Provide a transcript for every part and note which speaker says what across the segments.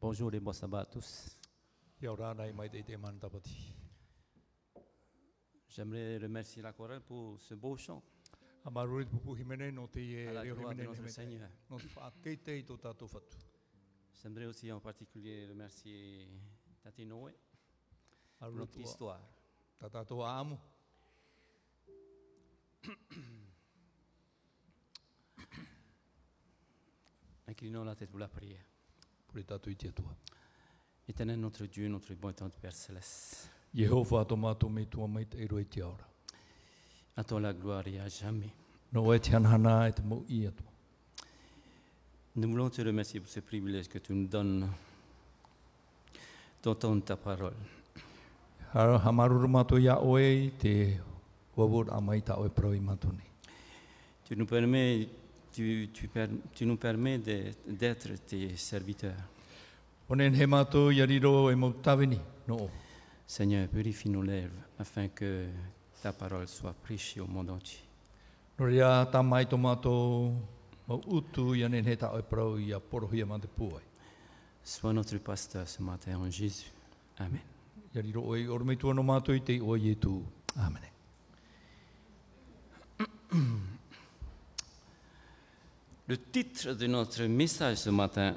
Speaker 1: Bonjour et bon sabbat à tous.
Speaker 2: 열하나의 마이데이 데만다 버티.
Speaker 1: J'aimerais remercier la chorale pour ce beau chant
Speaker 2: Ama ruit pupu himene no te
Speaker 1: à
Speaker 2: ye
Speaker 1: la
Speaker 2: reo
Speaker 1: gloire de
Speaker 2: himene
Speaker 1: notre
Speaker 2: himene.
Speaker 1: Seigneur.
Speaker 2: No fa te te to ta to fatu.
Speaker 1: J'aimerais aussi en particulier remercier Tati Noé
Speaker 2: A
Speaker 1: pour notre
Speaker 2: ruit
Speaker 1: histoire.
Speaker 2: ta ta to amu.
Speaker 1: Inclinons la tête pour la prière.
Speaker 2: Puri ta to ite tua.
Speaker 1: Éternel notre Dieu, notre bon et tendre Père Céleste,
Speaker 2: Yehova to ma to me tua mai te roi te ora.
Speaker 1: à toi la gloire et à jamais.
Speaker 2: No e tian hana et mo i atu.
Speaker 1: Nous voulons te remercier pour ce privilège que tu nous donnes d'entendre ta parole.
Speaker 2: Har hamarur ma to ya oe te wabur amai ta oe proi ma to ni.
Speaker 1: Tu nous permets, tu, tu per- tu nous permets de- d'être tes serviteurs.
Speaker 2: Onen he ma to yariro e mo taveni. No o.
Speaker 1: Seigneur, purifie nos lèvres afin que ta parole soit prêchée au monde entier.
Speaker 2: Noria tamai to ma to mo utu yanen he ta oe proi ya porohia ma te puai.
Speaker 1: Sois notre pasteur ce matin en Jésus. Amen.
Speaker 2: Yariro oe ormei tua no mātou i te oe e tu. Āmene.
Speaker 1: Le titre de notre message ce matin,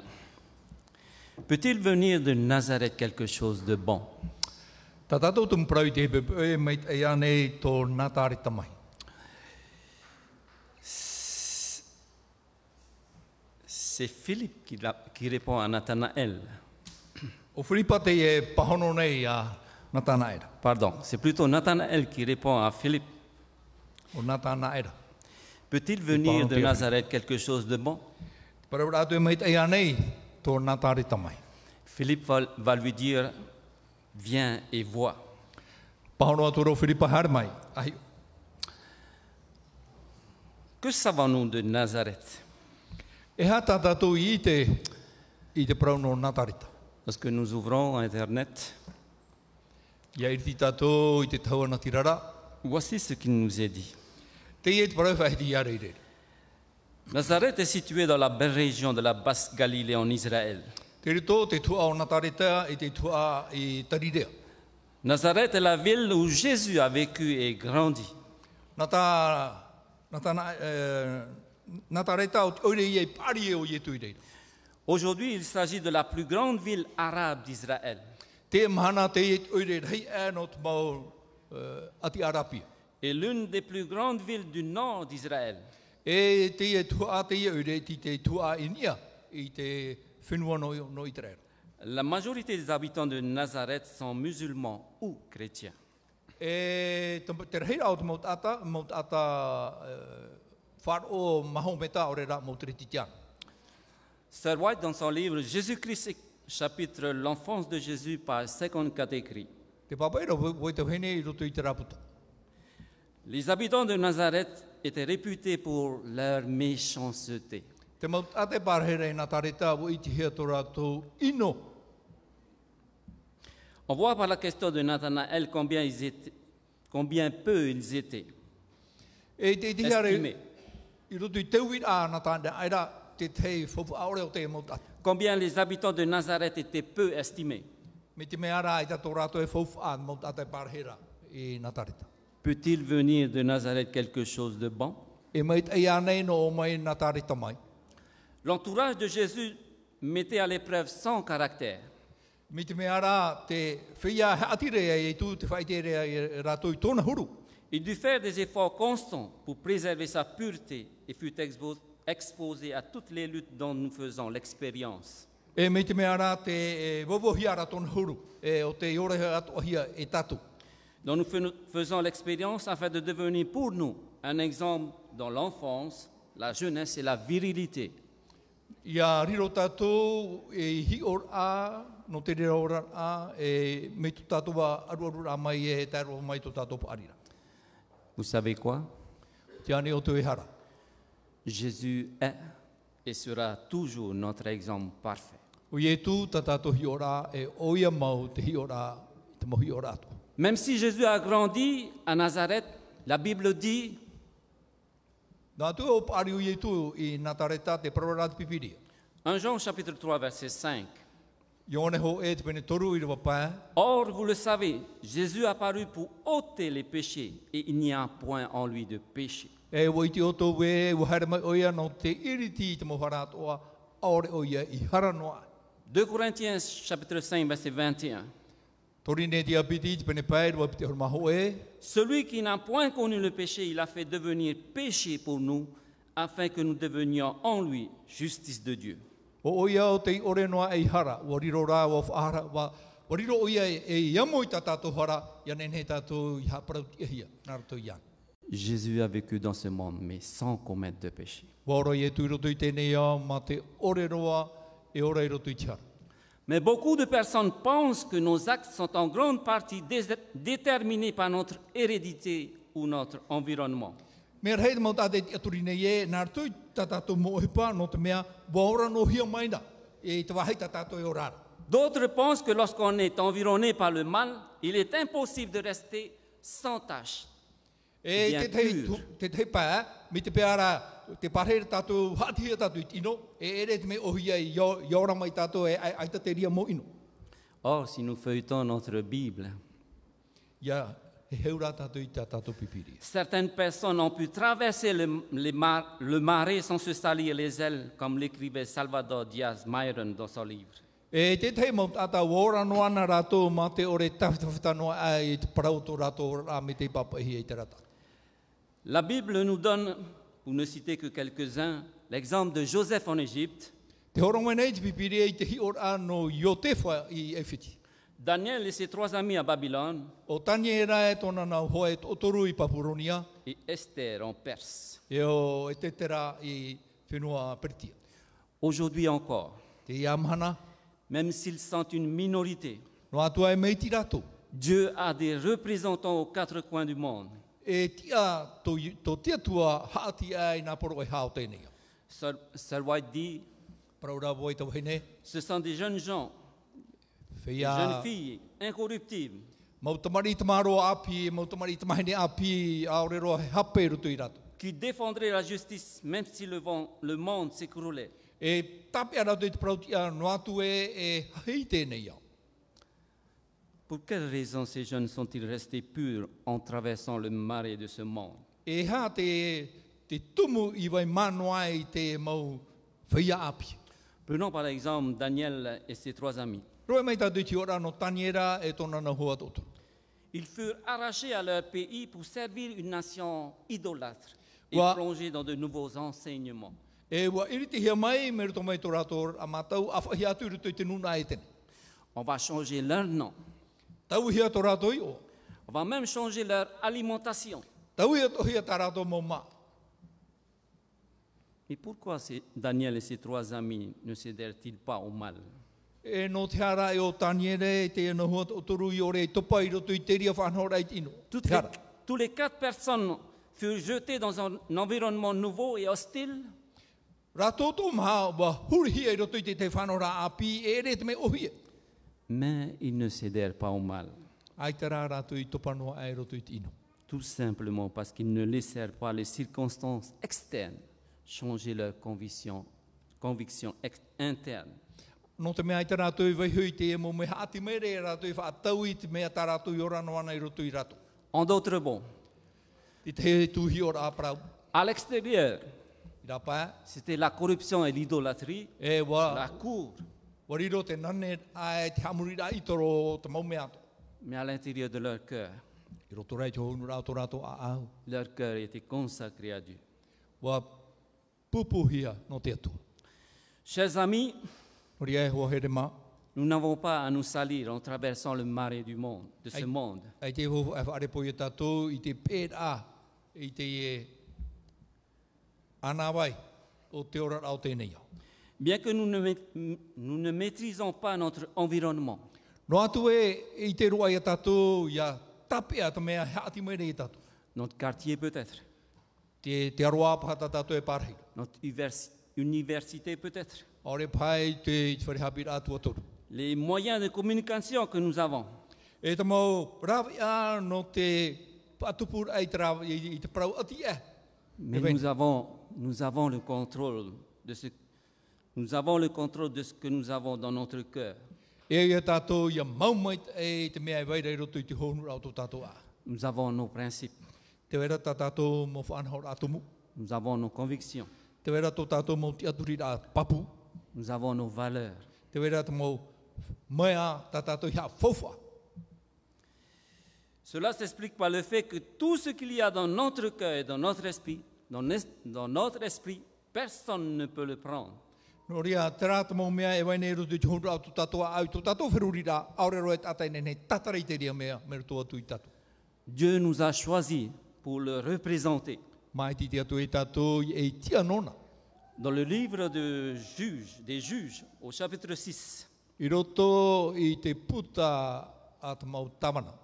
Speaker 1: peut-il venir de Nazareth quelque chose de bon
Speaker 2: Tā tātou tumu parau i te hepe e mai e anei tō nātāre tamai.
Speaker 1: C'est Philippe qui, l'a- qui répond à Nathanaël.
Speaker 2: O whiripa te e pahono nei a Natana era.
Speaker 1: Pardon, c'est plutôt Nathanaël qui répond à Philippe.
Speaker 2: O Natana era.
Speaker 1: Peut-il venir de
Speaker 2: Pardon,
Speaker 1: Nazareth quelque chose de bon
Speaker 2: Parau rātou e mai e anei tō nātāre tamai.
Speaker 1: Philippe va, va lui dire, viens et vois.
Speaker 2: Pahono atu rau whiripa hara mai. Ai,
Speaker 1: Que savons-nous de Nazareth
Speaker 2: e hā tā tātou i te, i te parau no nātārita.
Speaker 1: Lorsque nous ouvrons Internet,
Speaker 2: Ia irti tātou i te tauana tirara.
Speaker 1: voici ce qu'il nous est dit.
Speaker 2: Te e te parau whahiti i reire.
Speaker 1: Nazareth est située dans la belle région de la Basse-Galilée en Israël.
Speaker 2: Te rito te tua o Natareta e te tua i Taridea.
Speaker 1: Nazareth est la ville où Jésus a vécu et grandi.
Speaker 2: Nata, nata, na, eh, nata reta o oire i e pari e o ietu i reira.
Speaker 1: Aujourd'hui, il s'agit de la plus grande ville arabe d'Israël.
Speaker 2: Te mahana te e oire rei e no te mau eh, ati arapia.
Speaker 1: et l'une des plus grandes villes du nord d'Israël.
Speaker 2: E te e tua te e oire ti te tua i nia i te whenua no, no i trera.
Speaker 1: La majorité des habitants de Nazareth sont musulmans ou chrétiens.
Speaker 2: E te, te reira o te mau tata, mau tata eh, wharo mahometa o rera mau tere titiana.
Speaker 1: Sir White, dans son livre Jésus-Christ, chapitre L'enfance de Jésus, page 54, écrit
Speaker 2: Te papaira voi te hene i roto i te raputa.
Speaker 1: Les habitants de Nazareth étaient réputés pour leur méchanceté.
Speaker 2: Te mau ate pārhere i nā tareta o i te hea tō rātou ino.
Speaker 1: On voit par la question de Nathanaël combien, ils étaient- combien peu ils étaient
Speaker 2: E te te hiare
Speaker 1: estimés,
Speaker 2: i roto i teuwi a nā tāna aira te tei whopu aore o te mau tate.
Speaker 1: combien les habitants de Nazareth étaient peu estimés.
Speaker 2: Me te mea rā i tā tō rātou e whopu a mau tate pārhera i nā tareta.
Speaker 1: Peut-il venir de Nazareth quelque chose de bon
Speaker 2: E mai te ia nei no o mai nā tareta mai.
Speaker 1: L'entourage de Jésus mettait à l'épreuve son caractère.
Speaker 2: Me te mea rā te whia atirea e tū te whaiterea i rātou i tōna huru.
Speaker 1: Il dut faire des efforts constants pour préserver sa pureté et fut expo- exposé à toutes les luttes dont nous faisons l'expérience.
Speaker 2: E me te mea rā te e, wowohia rā tōna huru. E o te iorehia atohia e tātou.
Speaker 1: Dont nous fe- faisons l'expérience afin de devenir pour nous un exemple dans l'enfance, la jeunesse et la virilité.
Speaker 2: Ia riro tātou e hi or a, no te rira ora a, e me tu tātou a aru aru a mai e te aru mai tu tātou pa arira.
Speaker 1: Vous savez quoi
Speaker 2: Te ane o te hara.
Speaker 1: Jésus est et sera toujours notre exemple parfait.
Speaker 2: O ye tu e tā tātou hi ora e o ia mau te hi ora, te mo hi ora atu.
Speaker 1: Même si Jésus a grandi à Nazareth, la Bible dit
Speaker 2: Nā e tu o pa ari o ye tu i nā tareta te prawarata pipiria.
Speaker 1: En Jean chapitre 3, verset 5,
Speaker 2: Ione ho e te pene toru i rewa pā.
Speaker 1: Or, vous le savez, Jésus apparut pour ôter les péchés, et il n'y a point en lui de péché.
Speaker 2: E wo iti o tō we, e wo haere mai oia no te iriti i te mohara atoa, aore oia i hara noa.
Speaker 1: 2 Corinthiens chapitre 5 verset 21.
Speaker 2: Tori ne te apiti i te pene pai, rewa pite horma ho e.
Speaker 1: Celui qui n'a point connu le péché, il a fait devenir péché pour nous, afin que nous devenions en lui justice de Dieu.
Speaker 2: O oia o te i ore noa e i hara, wa riro rā wa whaara, wa wa riro oia e e i amo i tā tātou hara, ia nene he tātou i haparau ki ahia, nā rato i ana.
Speaker 1: Jésus a vécu dans ce monde, mais sans commettre de péché.
Speaker 2: Wa ora i e tui roto i tēnei au, ma te ore roa e ora i roto i te hara.
Speaker 1: Mais beaucoup de personnes pensent que nos actes sont en grande partie dés- déterminés par notre hérédité ou notre environnement.
Speaker 2: Mea rei te mau tātei te aturi nei e, nā rato i tā tātou mō e pā, no te mea, wa ora no hia maina, e te wahai tā tātou e orara.
Speaker 1: D'autres pensent que lorsqu'on est environné par le mal, il est impossible de rester sans tâche.
Speaker 2: E
Speaker 1: Bien
Speaker 2: te tei,
Speaker 1: pur.
Speaker 2: tu- te tei pā, mi te peara, te parere tātou, hātihia tātou i tino, e ere te me ohia i iau- iaora mai tātou e ai- aita te ria mō ino.
Speaker 1: Or, si nous feuilletons notre Bible,
Speaker 2: Ia, he heura tātou i tā tātou pipiria.
Speaker 1: certaines personnes ont pu traverser le, les mar- le marais sans se salir les ailes, comme l'écrivait Salvador Diaz Myron dans son livre.
Speaker 2: E te tei mau tātou ora no ana rātou, mā te ore tawhitawhita noa ai, te parau tō rātou rā me te papahia i te rata.
Speaker 1: La Bible nous donne, pour ne citer que quelques-uns, l'exemple de Joseph en Égypte,
Speaker 2: Te horongwe nei te pipiria i te hi ora no Iotefa i Ewhiti.
Speaker 1: Daniel et ses trois amis à Babylone
Speaker 2: O tani e rā e tōna nau hoa e tōtoru i Papuronia,
Speaker 1: et Esther en Perse.
Speaker 2: e o e te tera i whenua Pertia.
Speaker 1: Aujourd'hui encore,
Speaker 2: Te iamhana,
Speaker 1: même s'ils sont une minorité,
Speaker 2: No atua e meiti rātou.
Speaker 1: Dieu a des représentants aux quatre coins du monde.
Speaker 2: E tia, tō, i- tō tia tua haati ai nā poro e hao tēnei.
Speaker 1: Sir, Sir White dit,
Speaker 2: Praura voi tau hene,
Speaker 1: ce sont des jeunes gens, des
Speaker 2: whia
Speaker 1: jeunes filles, incorruptibles,
Speaker 2: mautamari tamaro api, mautamari tamahine api, aore roa he hape rutu i rātou.
Speaker 1: qui défendraient la justice même si le, vent- le monde s'écroulait.
Speaker 2: E tape a rātou i te prautia, no atu e, e hei tēnei au.
Speaker 1: Pour quelles raisons ces jeunes sont-ils restés purs en traversant le marais de ce monde
Speaker 2: E hā te, te tumu i vai mano ai te mau whia api.
Speaker 1: Prenons par exemple Daniel et ses trois amis.
Speaker 2: Roe mai tātou i te ora no taniera e tōna na hoa tōtoru.
Speaker 1: Ils furent arrachés à leur pays pour servir une nation idolâtre et
Speaker 2: Wa-
Speaker 1: plongés dans de nouveaux enseignements.
Speaker 2: E wa iri te hia mai, me ruto mai tō rātou a mātau, a whahi atu i ruto i te nuna e tēnei.
Speaker 1: On va changer leur nom.
Speaker 2: Tau hia tō rātou i o.
Speaker 1: On va même changer leur alimentation.
Speaker 2: Tau hia tō hia tā rātou mō mā.
Speaker 1: Mais pourquoi ces- Daniel et ses trois amis ne cédèrent-ils pas au mal
Speaker 2: E no te hara e o taniere, te e no hua tō turu i ore, i topa i ruto i te ria whanhora i tino.
Speaker 1: Toutes les,
Speaker 2: Te hara.
Speaker 1: tous les quatre personnes furent jetées dans un environnement nouveau et hostile.
Speaker 2: Rātou tō mā, wa huri hia i ruto i te te whanhora api, e re te me ohia.
Speaker 1: Mais ils ne cédèrent pas au mal,
Speaker 2: Ai tā rā rātou i topa noa ai ruto i tino.
Speaker 1: tout simplement parce qu'ils ne laissèrent pas les circonstances externes changer leurs convictions, convictions ex- internes.
Speaker 2: No te mea ai tā rātou i vaihui te e mō me haati mere e rātou i whaatau i te mea tā rātou i ora no ana i ruto i rātou.
Speaker 1: En d'autres mots,
Speaker 2: I te he tūhi ora aprau.
Speaker 1: à l'extérieur,
Speaker 2: I rā pā,
Speaker 1: c'était la corruption et l'idolâtrie,
Speaker 2: e wa,
Speaker 1: la cour.
Speaker 2: wariro te nane ai te hamurira i toro te maume ato.
Speaker 1: Mais à l'intérieur de leur cœur,
Speaker 2: I roto rei te honu rātou rātou a au.
Speaker 1: leur cœur était consacré à Dieu.
Speaker 2: Wa pupuhia no te atua.
Speaker 1: Chers amis,
Speaker 2: Nori ai hoa here e mā.
Speaker 1: nous n'avons pas à nous salir en traversant le marais du monde, de ce
Speaker 2: Aïe.
Speaker 1: monde.
Speaker 2: Ai te hoa e whaarepo i tātou i te pēra i te e anawai o te ora rau tēnei au.
Speaker 1: Bien que nous ne, maît- nous ne maîtrisons pas notre environnement,
Speaker 2: No atu e i te roa i a tātou i a tapea te mea haati mere i tātou.
Speaker 1: notre quartier peut-être,
Speaker 2: Te, te aroa pata tātou e pārhei.
Speaker 1: notre univers- université peut-être,
Speaker 2: Aore pai te i te wharehapira atua toru.
Speaker 1: les moyens de communication que nous avons,
Speaker 2: E te mau rawi a no te patupur ai te rawi i- i te parau ati e.
Speaker 1: mais
Speaker 2: ben.
Speaker 1: nous avons, nous avons le contrôle de ce, nous avons le contrôle de ce que nous avons dans notre cœur.
Speaker 2: E ia tātou ia maumai e te mea e wairei roto i te honu rau tō tātou a.
Speaker 1: Nous avons nos principes,
Speaker 2: Te wera tā tātou mō whanau rā tomu.
Speaker 1: nous avons nos convictions,
Speaker 2: Te wera tō tātou mō te aturi rā papu.
Speaker 1: nous avons nos valeurs.
Speaker 2: Te wera tā mō mai a tā tātou ia faufa.
Speaker 1: Cela s'explique par le fait que tout ce qu'il y a dans notre cœur et dans notre esprit, dans, nes- dans notre esprit, personne ne peut le prendre.
Speaker 2: Nō ria, te rā tā mō mea e wairei roto i te honu rau tō tātou a au tō tātou whiruri rā. Aore roe tātai nei nei tātarei te ria mea mera tō atu i tātou.
Speaker 1: Dieu nous a choisis pour le représenter.
Speaker 2: Mai ti te atu e tātou e i tia nona.
Speaker 1: Dans le livre de Juges, des Juges, au chapitre 6,
Speaker 2: I roto i te puta a te mau tāmana.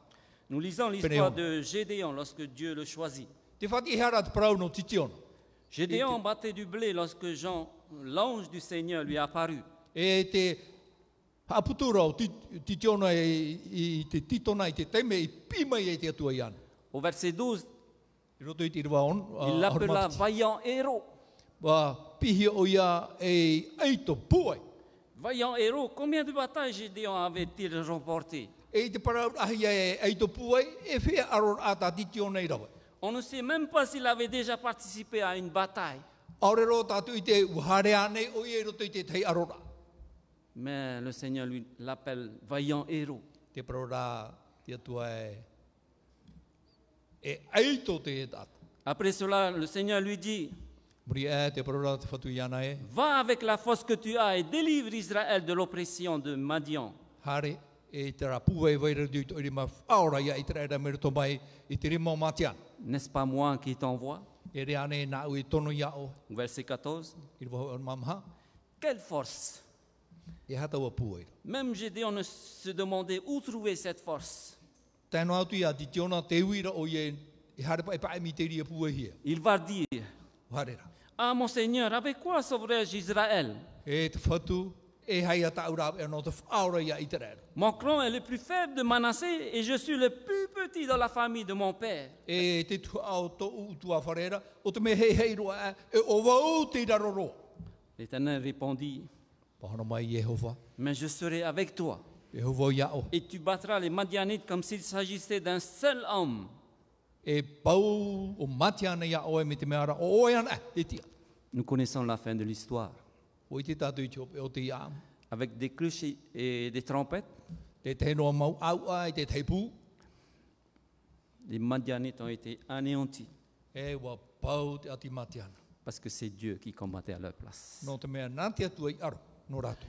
Speaker 1: nous lisons l'histoire de Gédéon lorsque Dieu le choisit.
Speaker 2: Te whati hera te parau no titi ona.
Speaker 1: Gédéon battait du blé lorsque Jean, l'ange du Seigneur, lui apparut.
Speaker 2: E te haputura o ti- titi ona e, i te titona i te teime i pima i te atua i ana.
Speaker 1: Au verset 12,
Speaker 2: I roto i te rwa on.
Speaker 1: il l'appela vaillant héros.
Speaker 2: Wa pihi o ia e eito puai.
Speaker 1: Vaillant héros, combien de batailles Gédéon avait-il remportées
Speaker 2: E te parau ahi ia e eito puai e whea aror a ta titi ona i rawa.
Speaker 1: On ne sait même pas s'il avait déjà participé à une bataille.
Speaker 2: Aorero tātu i te uhare anei o i e roto i te tei arora.
Speaker 1: Mais le Seigneur lui l'appelle vaillant héros.
Speaker 2: Te parau rā te atua e e eito te e tātu.
Speaker 1: Après cela, le Seigneur lui dit,
Speaker 2: Muri e te parau rā te whatu i ana e.
Speaker 1: va avec la force que tu as et délivre Israël de l'oppression de Madian.
Speaker 2: Hare e te rā pūwei waira reo i te oiri ma whaora ia i te raira mero tō mai i te rima o mātian.
Speaker 1: N'est-ce pas moi qui t'envoie
Speaker 2: E rea ne nā ui tono ia o
Speaker 1: Verset 14.
Speaker 2: i rwa hoi on mamha.
Speaker 1: Quelle force
Speaker 2: E hata ua pūwei.
Speaker 1: Même Gédéon ne se demandait où trouver cette force.
Speaker 2: Tēnu atu ia ti tiona te uira o ia i hare pa e pae mi te ria pūwei hia.
Speaker 1: Il va dire,
Speaker 2: Hare rā.
Speaker 1: ah mon Seigneur, avec quoi sauverai-je Israël
Speaker 2: E te whatu e hai a tāu rā e anō te whaora ia i te raira.
Speaker 1: Mon clan est le plus faible de Manassé et je suis le plus petit dans la famille de mon père.
Speaker 2: E te tu au tō utua wharera o te me hei hei roa e, e o wau te raroro.
Speaker 1: L'Éternel répondit,
Speaker 2: Pahana mai Yehova.
Speaker 1: mais je serai avec toi
Speaker 2: Yehova ia o.
Speaker 1: et tu battras les Madianites comme s'il s'agissait d'un seul homme.
Speaker 2: e pau o mati ana ia oe me te meara o oe ana e tia.
Speaker 1: Nous connaissons la fin de l'histoire.
Speaker 2: O i te tātou i te ope o te ia amu.
Speaker 1: Avec des cloches et- et des trompettes,
Speaker 2: Te tēnoa mau au ai te teipu,
Speaker 1: les Madianites ont été anéantis
Speaker 2: e wa pau te ati mati ana.
Speaker 1: parce que c'est Dieu qui combattait à leur place.
Speaker 2: Nō te mea nā te atua i aro, nō rātou.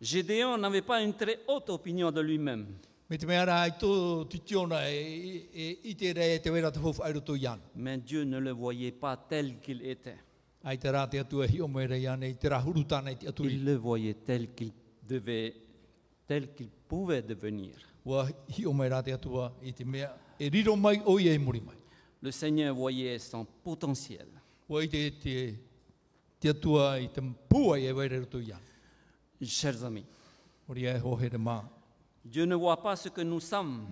Speaker 1: Gédéon n'avait pas une très haute opinion de lui-même,
Speaker 2: Me te meara ai tō titiona e, e, e, i te rei te wera te fofu airo tō iana.
Speaker 1: mais Dieu ne le voyait pas tel qu'il était.
Speaker 2: Ai te rā te atua hi o moe rei ana i te rā huru tāna i te aturi.
Speaker 1: Il le voyait tel qu'il devait, tel qu'il pouvait devenir.
Speaker 2: Wa hi o moe rā te atua i te mea e riro mai o i e muri mai.
Speaker 1: Le Seigneur voyait son potentiel.
Speaker 2: Wa i te, te, te atua i te pua i e wera tō iana.
Speaker 1: Chers amis,
Speaker 2: Ori ai ho he re mā.
Speaker 1: Dieu ne voit pas ce que nous sommes,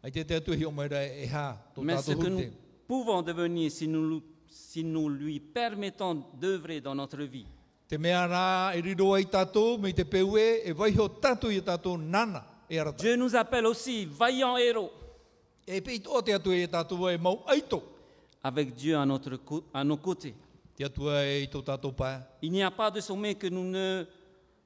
Speaker 2: Ai te te atuhi o mai rai e hā, tō
Speaker 1: mais ce
Speaker 2: tātou
Speaker 1: que
Speaker 2: huru te.
Speaker 1: nous pouvons devenir si nous, lu- si nous lui permettons d'œuvrer dans notre vie.
Speaker 2: Te mea rā e riro ai tātou, me te peue, e waiho tātou i tātou nana e arata.
Speaker 1: Dieu nous appelle aussi vaillants héros.
Speaker 2: E pei tō te atu e tātou e mau aito.
Speaker 1: Avec Dieu à, notre cô- à nos côtés,
Speaker 2: Te atua e i tō tātou pā.
Speaker 1: il n'y a pas de sommet que nous ne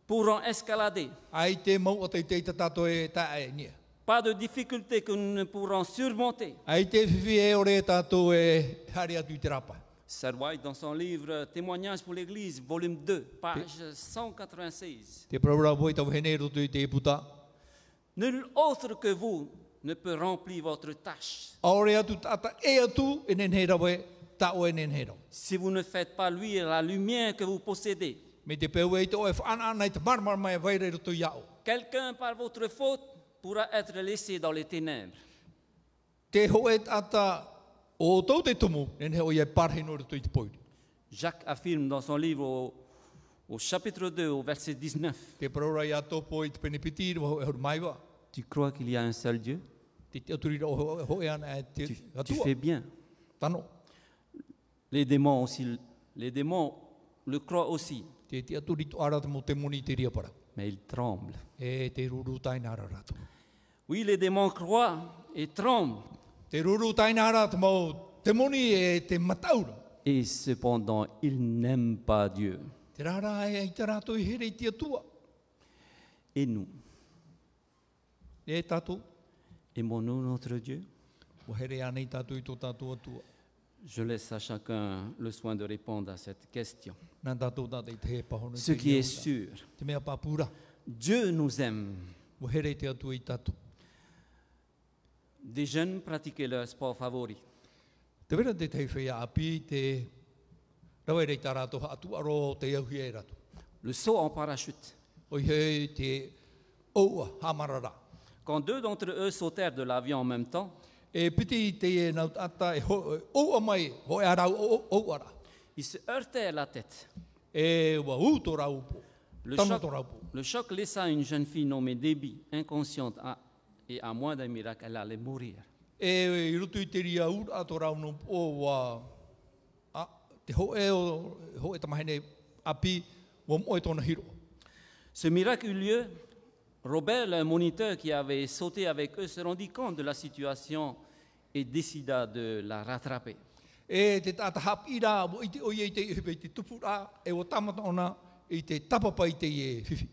Speaker 1: pourrons escalader,
Speaker 2: Ai te mau o te te te tātou e tā e nia.
Speaker 1: pas de difficulté que nous ne pourrons surmonter.
Speaker 2: Ai te whiwhi e ore tātou e hare atu i te rapa.
Speaker 1: Serwai, dans son livre Témoignages pour l'Église, volume 2, page 196,
Speaker 2: Te praura voi tau hene roto i te puta.
Speaker 1: Nul autre que vous ne peut remplir votre tâche
Speaker 2: Aore atu tata e atu e nenei rawe, tā o e nenei rawe.
Speaker 1: si vous ne faites pas luire la lumière que vous possédez.
Speaker 2: Me te peue i te oe whaana ana i te marmar mai e wairei roto i ao.
Speaker 1: Quelqu'un par votre faute pourra être laissé dans les ténèbres.
Speaker 2: Te hoe tata o tau te tumu, nen he o ia parhe nore tui te poiri.
Speaker 1: Jacques affirme dans son livre au, au chapitre 2, au verset 19,
Speaker 2: Te parora ia topo i te penepiti, rwa hoe horu maiwa.
Speaker 1: Tu crois qu'il y a un seul Dieu
Speaker 2: Te te aturira o hoe- hoe ana e te
Speaker 1: tu, tu
Speaker 2: atua.
Speaker 1: fais bien.
Speaker 2: Tano,
Speaker 1: Les démons aussi, les démons le croient aussi.
Speaker 2: te te aturi to arata mo te moni i te riapara.
Speaker 1: mais ils tremblent.
Speaker 2: e te ruru taina ara rato.
Speaker 1: Oui, les démons croient et tremblent,
Speaker 2: Te ruru taina ara te mau te moni e te mataura.
Speaker 1: et cependant, ils n'aiment pas Dieu.
Speaker 2: Te rara e ai te rato i here i tia tua.
Speaker 1: Et nous
Speaker 2: E tatou,
Speaker 1: Aimons-nous notre Dieu
Speaker 2: o here anei tatou i tō tatou atua.
Speaker 1: Je laisse à chacun le soin de répondre à cette question.
Speaker 2: Nā tatou tātou i te he pahono. i
Speaker 1: Ce
Speaker 2: te
Speaker 1: qui est
Speaker 2: iaura.
Speaker 1: sûr,
Speaker 2: Te mea papura,
Speaker 1: Dieu nous aime.
Speaker 2: o here i te atua i tatou.
Speaker 1: Des jeunes pratiquaient leur sport favori.
Speaker 2: Te wera te tei whia api, te rawa rei tā rato atu aro te auhi e rato.
Speaker 1: Le saut en parachute.
Speaker 2: O hei te oua hamarara.
Speaker 1: Quand deux d'entre eux sautèrent de l'avion en même temps,
Speaker 2: E piti i te e nau tata e ho, e oua mai, ho e arau o- oua ra.
Speaker 1: ils se heurtèrent la tête.
Speaker 2: E ua u tō rau po.
Speaker 1: Le
Speaker 2: Tama
Speaker 1: choc,
Speaker 2: tō rau po.
Speaker 1: le choc laissa une jeune fille nommée Debbie inconsciente à- et à moins d'un miracle, elle allait mourir.
Speaker 2: E i rutu i te ria ura tō rau no o ua. A, te ho e, o, ho e tamahene api, ua moe tōna hiro.
Speaker 1: Ce miracle eut lieu. Robert, le moniteur qui avait sauté avec eux, se rendit compte de la situation et décida de la rattraper.
Speaker 2: E te tata hap i rā, mo i te oie i te i hepe i te tupu rā, e o tamata ona i te tapapa i te i e whiwhi.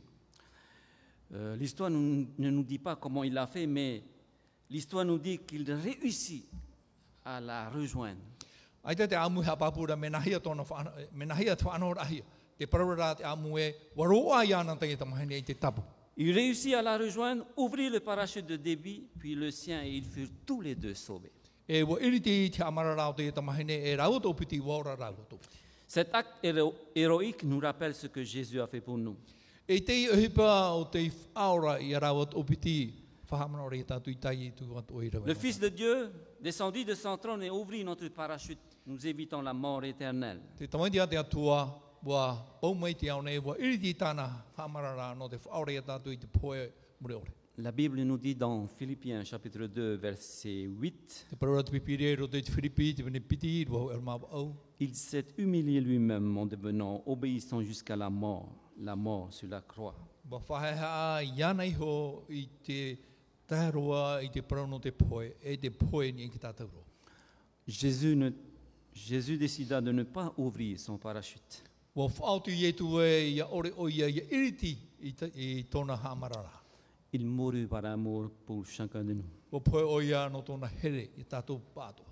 Speaker 1: Euh, l'histoire nous- ne nous dit pas comment il l'a fait, mais l'histoire nous dit qu'il réussit à la rejoindre.
Speaker 2: Ai te te amu ha papura me nahia tōna e, whana, me nahia te whanau rahia. Te parora te amu e waroa i ana te tamahene i te tapu.
Speaker 1: Il réussit à la rejoindre, ouvrit le parachute de débit, puis le sien, et ils furent tous les deux sauvés.
Speaker 2: E wa iri te i te amara rao te tamahene e rau tō piti wa ora rau tō piti.
Speaker 1: Cet acte héro- héroïque nous rappelle ce que Jésus a fait pour nous.
Speaker 2: E te i hipa o te i whaora i a rau tō piti whahamana ore i tātu i tai i tu atu i
Speaker 1: Le
Speaker 2: rawa.
Speaker 1: Fils de Dieu descendit de son trône et ouvrit notre parachute, nous évitant la mort éternelle.
Speaker 2: Te tamaitia te atua wa paumai te au nei wa iri te i tāna whamara rā no te whaora i a tātu i te poe mure ore.
Speaker 1: La Bible nous dit dans Philippiens chapitre 2 verset 8,
Speaker 2: Te parora te pipiri e roto i te whiripi, te pene piti, rua e rama au.
Speaker 1: Il s'est humilié lui-même en devenant obéissant jusqu'à la mort, la mort sur la croix.
Speaker 2: Ba whaheha i ana ho i te tāroa i te parano te poe, e te poe ni ki tātou ro.
Speaker 1: Jésus, ne- Jésus décida de ne pas ouvrir son parachute.
Speaker 2: Wa whaotu i etu e ia ore o ia ia iriti i, ta, i tōna hamarara.
Speaker 1: Il mourut par amour pour chacun de nous.
Speaker 2: Wa poe o ia no tōna here i tātou pātoa.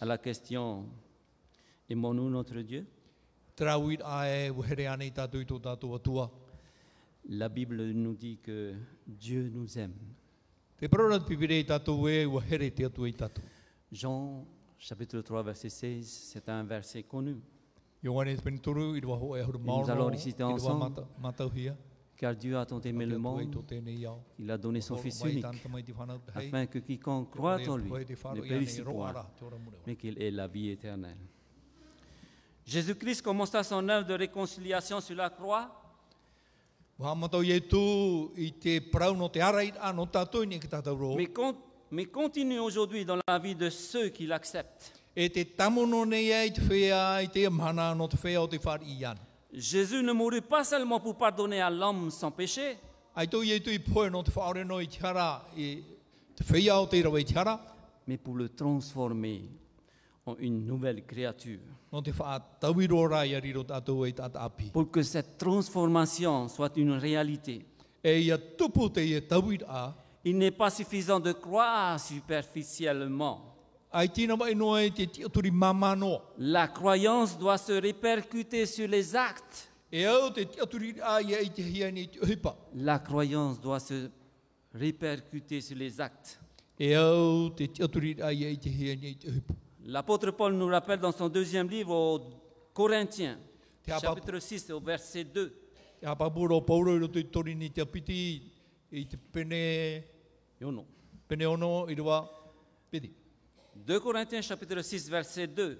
Speaker 1: À la question, aimons-nous notre Dieu
Speaker 2: Te rauit a e wahere ane i tātou i tō tātou atua.
Speaker 1: La Bible nous dit que Dieu nous aime.
Speaker 2: Te parora te pipire i tātou e wahere te atua i tātou.
Speaker 1: Jean chapitre 3 verset 16, c'est un verset connu.
Speaker 2: Ioane te penituru i rua hoa e huru maono.
Speaker 1: allons réciter
Speaker 2: i rua
Speaker 1: ensemble.
Speaker 2: mata- Matauhia.
Speaker 1: Car Dieu a tant aimé le
Speaker 2: Te atua i
Speaker 1: monde
Speaker 2: tō tēnei iau.
Speaker 1: Il a donné son
Speaker 2: Oro
Speaker 1: Fils
Speaker 2: mai
Speaker 1: unique,
Speaker 2: tāna tamai te whanau te hei.
Speaker 1: afin que quiconque croit en lui ne périsse point, mais qu'il ait la vie éternelle. Jésus-Christ commença son œuvre de réconciliation sur la croix
Speaker 2: Whamatau i e tū i te parau no te arai anō tātou ni ki tātou rō.
Speaker 1: mais, con- mais continue aujourd'hui dans la vie de ceux qui l'acceptent.
Speaker 2: E te tamono nei ai te whea, i te amhana no te whea o te whari i ana.
Speaker 1: Jésus ne mourut pas seulement pour pardonner à l'homme son péché,
Speaker 2: Ai tō i e tū i poe no te whaore no i te hara, i te whea o te rawa i te hara,
Speaker 1: mais pour le transformer en une nouvelle créature.
Speaker 2: no te wha tauiro rā i ariro tātou e tāta api.
Speaker 1: Pour que cette transformation soit une réalité,
Speaker 2: E ia tupu te e tauir a,
Speaker 1: il n'est pas suffisant de croire superficiellement.
Speaker 2: ai tīna mai noa e te tiaturi mamano.
Speaker 1: La croyance doit se répercuter sur les actes.
Speaker 2: E au te tiaturi a ia i te hia ni te hipa.
Speaker 1: La croyance doit se répercuter sur les actes.
Speaker 2: E au te tiaturi a ia i te hia ni te hipa.
Speaker 1: L'apôtre Paul nous rappelle dans son deuxième livre aux Corinthiens,
Speaker 2: Te apa-
Speaker 1: chapitre 6 au verset 2.
Speaker 2: Te apapuro pauro i roto i tori ni te apiti i te pene,
Speaker 1: Yo non.
Speaker 2: pene ono i rua piti.
Speaker 1: 2 Corinthiens chapitre 6 verset 2.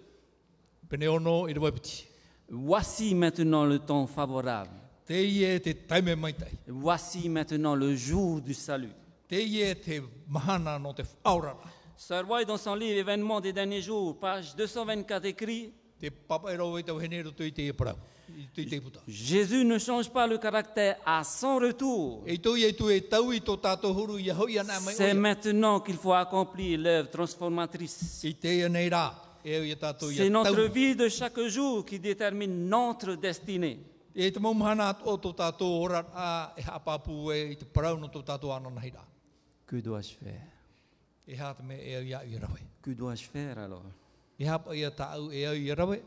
Speaker 2: Pene ono i rua piti.
Speaker 1: Voici maintenant le temps favorable.
Speaker 2: Te ie te taime mai tai.
Speaker 1: Voici maintenant le jour du salut.
Speaker 2: Te ie te mahana no te aurara.
Speaker 1: Sir Roy, dans son livre Événements des derniers jours, page 224, écrit
Speaker 2: Te papaero i tau henero tui te e parau. I tui te puta.
Speaker 1: Jésus ne change pas le caractère à son retour.
Speaker 2: E tau i e tu e tau i tō tātou huru i ahoi ana mai
Speaker 1: C'est
Speaker 2: oia.
Speaker 1: maintenant qu'il faut accomplir l'œuvre transformatrice.
Speaker 2: I te e nei rā. E au i tātou i
Speaker 1: C'est
Speaker 2: a
Speaker 1: notre
Speaker 2: tau.
Speaker 1: vie de chaque jour qui détermine notre destinée.
Speaker 2: E te maumahana o tō tātou ora a e hapapu e i te parau no tō tātou ana nei rā.
Speaker 1: Que dois-je faire
Speaker 2: E hā te me e au i a i rawe.
Speaker 1: Que dois-je faire alors
Speaker 2: E hapa i a tāu e au i a rawe.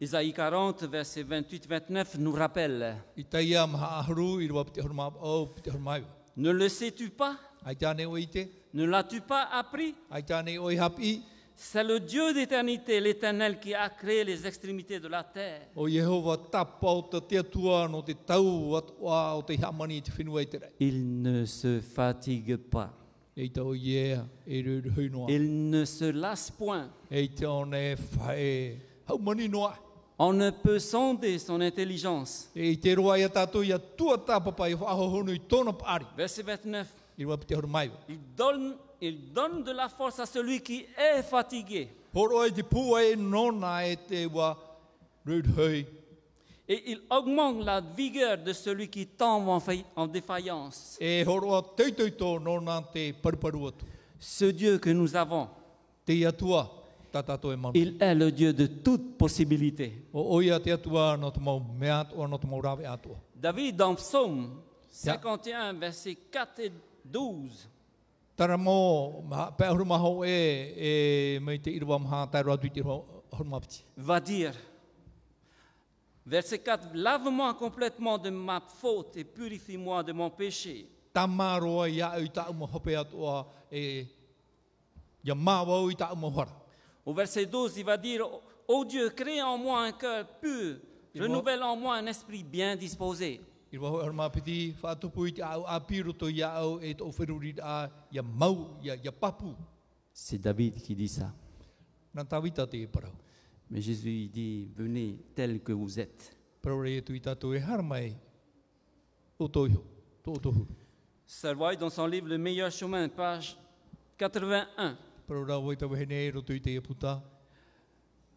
Speaker 1: Isaïe 40, versets 28-29 nous rappelle
Speaker 2: I taia maha ahuru i rua pite huru māpa au pite huru māiwa.
Speaker 1: Ne le sais-tu pas
Speaker 2: Ai tāne o i te,
Speaker 1: Ne l'as-tu pas appris
Speaker 2: ai tāne o i hapi,
Speaker 1: C'est le Dieu d'éternité, l'Éternel, qui a créé les extrémités de la terre.
Speaker 2: o Yehova tapau te te atua no te tau atua o te hamani i te whenua i te rei.
Speaker 1: Il ne se fatigue pas.
Speaker 2: E te o iea, e ruru hui noa,
Speaker 1: Il ne se lasse point.
Speaker 2: e te one whae haumani noa.
Speaker 1: On ne peut sonder son intelligence.
Speaker 2: E te roa ia tātou ia tua tāpapa i whahohono i tōna pāri,
Speaker 1: Verset 29.
Speaker 2: i rua pite huru māiwa.
Speaker 1: Il donne, il donne de la force à celui qui est fatigué.
Speaker 2: Horo e te pua e nona e te wa ruru hui,
Speaker 1: Et il augmente la vigueur de celui qui tombe en, failli- en défaillance.
Speaker 2: e horo a teitei tō nona te paruparu atu.
Speaker 1: Ce Dieu que nous avons,
Speaker 2: Te atua, tā tātou e manu.
Speaker 1: il est le Dieu de toute possibilité.
Speaker 2: O oia te atua no te mau mea atua no te mau rawe atua.
Speaker 1: David, dans Psaume
Speaker 2: Yeah.
Speaker 1: 51, versets 4 et 12,
Speaker 2: Tara mō, ma- pē huru maho e, e mei te irua maha tai roa tui te huru huru mapiti.
Speaker 1: va dire, verset 4, Lave-moi complètement de ma faute et purifie-moi de mon péché.
Speaker 2: Tā mā roa i au i tā uma hope atua e ia mā wau i tā uma hora.
Speaker 1: Au verset 12, il va dire, Ô Dieu, crée en moi un cœur pur,
Speaker 2: Il
Speaker 1: renouvelle en moi un esprit bien disposé.
Speaker 2: Irua hoi huru mapiti, e whātupu i te au a piro to i au e tō wheruri a ia mau, ia, ia papu.
Speaker 1: C'est David qui dit ça.
Speaker 2: Nā tāwita te e parau.
Speaker 1: Mais Jésus il dit, venez tel que vous êtes.
Speaker 2: Parau re e tui tātou e haramai o tō iho, tō tō huru.
Speaker 1: Servoy, dans son livre Le meilleur chemin, page 81,
Speaker 2: Parau rau wai tau hene e roto i te e puta.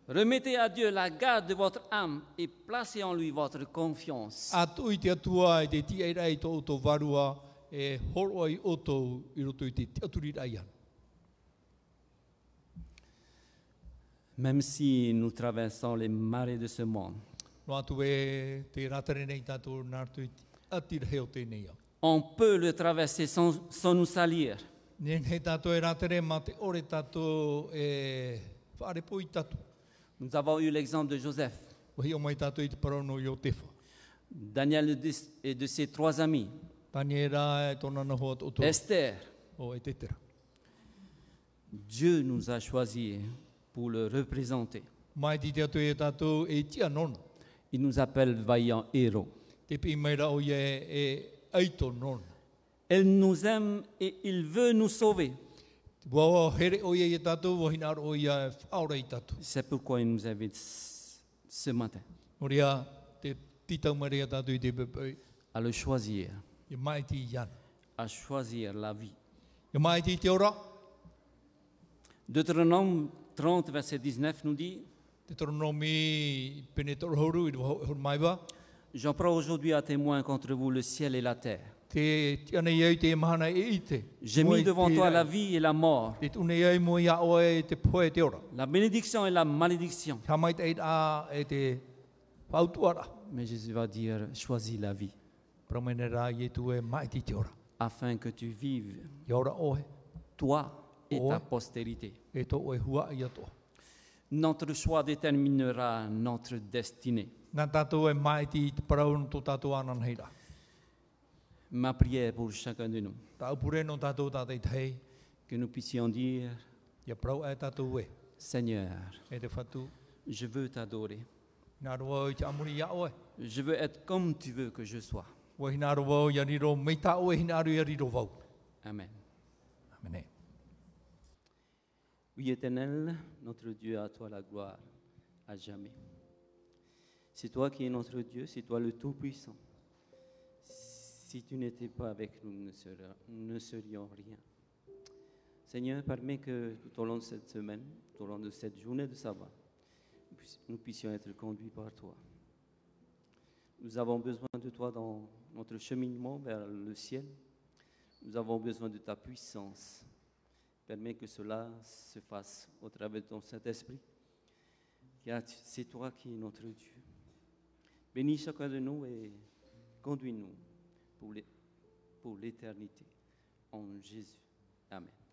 Speaker 1: Remettez à Dieu la garde de votre âme et placez en lui votre confiance.
Speaker 2: Atu i te atua i te tia i rei tō tō varua e horo ai o tō i roto i te tia turi rei ana.
Speaker 1: Même si nous traversons les marées de ce monde,
Speaker 2: No atu e te ratare nei tātou nārtu i ati rei o tēnei au.
Speaker 1: on peut le traverser sans, sans nous salir.
Speaker 2: Nenei tātou e ratare mā te ore tātou e whaarepo i tātou.
Speaker 1: Nous avons eu l'exemple de Joseph,
Speaker 2: Wahi o mai tātou i te parono i o te wha.
Speaker 1: Daniel et de- et de ses trois amis,
Speaker 2: Tāne rā e tōna na hoa o tō
Speaker 1: Esther.
Speaker 2: o e te tera.
Speaker 1: Dieu nous a choisis pour le représenter.
Speaker 2: Mai ti te atu e tātou e tia nona.
Speaker 1: Il nous appelle vaillants héros.
Speaker 2: Te pi mai rā o ia e, e aito nona.
Speaker 1: Elle nous aime et il veut nous sauver.
Speaker 2: Wawa here o ia i tātou, wahina aro o ia e whaora i tātou.
Speaker 1: C'est pourquoi il nous invite ce ce matin
Speaker 2: Noria, te titau marea tātou i te pepe,
Speaker 1: à le choisir,
Speaker 2: i mai ti i ana.
Speaker 1: à choisir la vie.
Speaker 2: I mai ti i te ora,
Speaker 1: Deutéronome 30, verset 19 nous dit
Speaker 2: te toronomi pene torohoru i roho horu maiwa,
Speaker 1: J'en prends aujourd'hui à témoin contre vous le ciel et la terre.
Speaker 2: te tiana iau te mahana e i te.
Speaker 1: J'ai
Speaker 2: Moe
Speaker 1: mis devant
Speaker 2: te
Speaker 1: toi
Speaker 2: rai.
Speaker 1: la vie et la mort,
Speaker 2: Te tune iau mo ia oa e te poe te ora.
Speaker 1: la bénédiction et la malédiction.
Speaker 2: Ha mai te eit a e te pautuara.
Speaker 1: Mais Jésus va dire Choisis la vie,
Speaker 2: Pramene rā i tu e mai ti i te ora.
Speaker 1: afin que tu vives,
Speaker 2: I ora ohe,
Speaker 1: toi et
Speaker 2: Oh.
Speaker 1: ta postérité.
Speaker 2: e tō oe hua i atoa.
Speaker 1: Notre choix déterminera notre destinée.
Speaker 2: Nā tātou e mai ti i te paraunu tō tātou anan hei rā.
Speaker 1: Ma prière pour chacun de nous,
Speaker 2: Tā upure no tātou tātei tei,
Speaker 1: que nous puissions dire
Speaker 2: ia prau e tātou e,
Speaker 1: Seigneur,
Speaker 2: e te whatu,
Speaker 1: je veux t'adorer.
Speaker 2: nā roa o i te amuri ia oe,
Speaker 1: Je veux être comme tu veux que je sois.
Speaker 2: o hina roa o ia riro, mei tā oe hina aro ia riro vau.
Speaker 1: Amen.
Speaker 2: Amen.
Speaker 1: Oui, éternel, notre Dieu, à toi la gloire, à jamais. C'est toi qui es notre Dieu, c'est toi le Tout-Puissant. Si tu n'étais pas avec nous, nous ne, serions, nous ne serions rien. Seigneur, permets que tout au long de cette semaine, tout au long de cette journée de sabbat, puissions- nous puissions être conduits par toi. Nous avons besoin de toi dans notre cheminement vers le ciel. Nous avons besoin de ta puissance. Permets que cela se fasse au travers de ton Saint-Esprit, car tu- c'est toi qui es notre Dieu. Bénis chacun de nous et conduis-nous pour l'é- pour l'éternité. En Jésus. Amen.